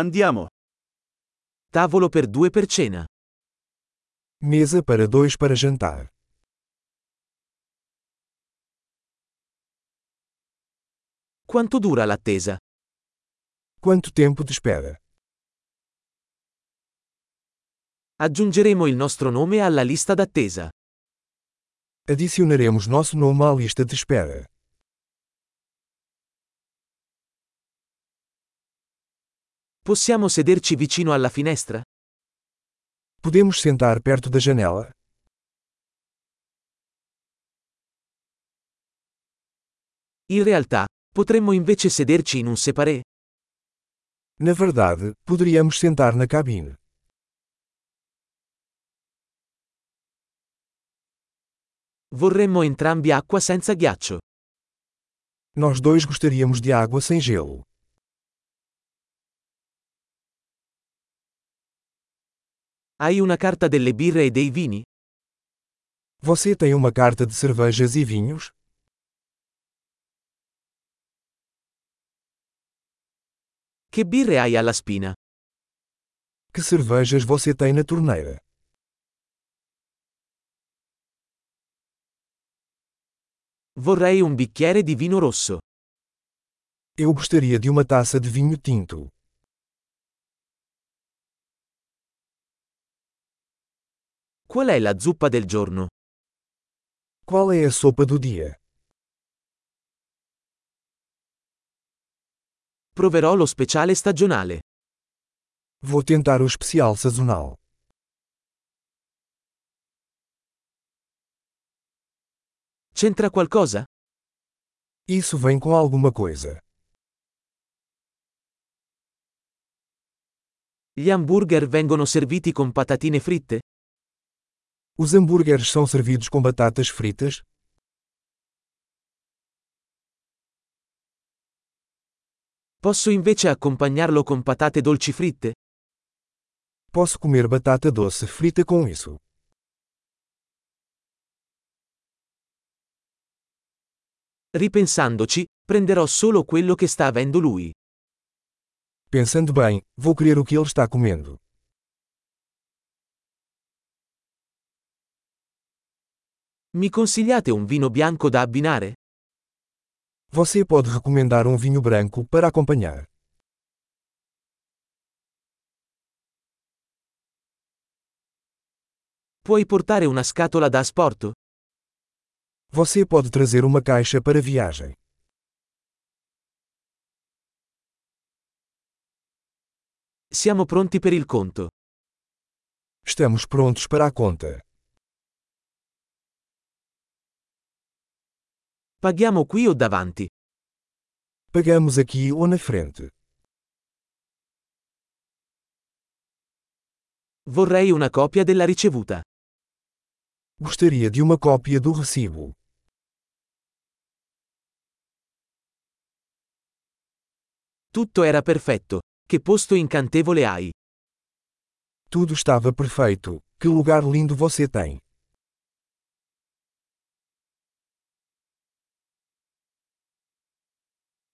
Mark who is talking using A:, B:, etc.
A: Andiamo. Tavolo per due per cena.
B: Mesa para dois para jantar.
A: Quanto dura l'attesa?
B: Quanto tempo de espera?
A: Aggiungeremo il nostro nome alla lista d'attesa.
B: Adicionaremos nosso nome à lista de espera.
A: Possiamo sederci vicino alla finestra?
B: Podemos sentar perto da janela?
A: In realtà, potremmo invece sederci in un separé.
B: Na verdade, poderíamos sentar na cabine.
A: Vorremmo entrambi acqua senza ghiaccio.
B: Nós dois gostaríamos de água sem gelo.
A: Hai una carta delle birre e dei vini?
B: Você tem uma carta de cervejas e vinhos?
A: Che birre hai alla spina?
B: Que cervejas você tem na torneira?
A: Vorrei un bicchiere di vino rosso.
B: Eu gostaria de uma taça de vinho tinto.
A: Qual è la zuppa del giorno?
B: Qual é a sopa do dia?
A: Proverò lo speciale stagionale.
B: Vou tentar o especial sazonal.
A: C'entra qualcosa?
B: Isso vem com alguma coisa.
A: Gli hamburger vengono serviti con patatine fritte?
B: Os hambúrgueres são servidos com batatas fritas?
A: Posso invece accompagnarlo con patate dolci fritte?
B: Posso comer batata doce frita com isso.
A: Ripensandoci, prenderò solo quello che sta avendo lui.
B: Pensando bem, vou querer o que ele está comendo.
A: Mi consigliate un vino bianco da abbinare?
B: Você pode recomendar um vinho branco para acompanhar.
A: Puoi portare una scatola da asporto?
B: Você pode trazer uma caixa para viagem.
A: Siamo pronti per il conto.
B: Estamos prontos para a conta.
A: Paghiamo qui o davanti.
B: Pagamos aqui ou na frente.
A: Vorrei una copia della ricevuta.
B: Gostaria de uma cópia do recibo.
A: Tutto era perfetto. Che posto incantevole hai.
B: Tudo estava perfeito. Que lugar lindo você tem!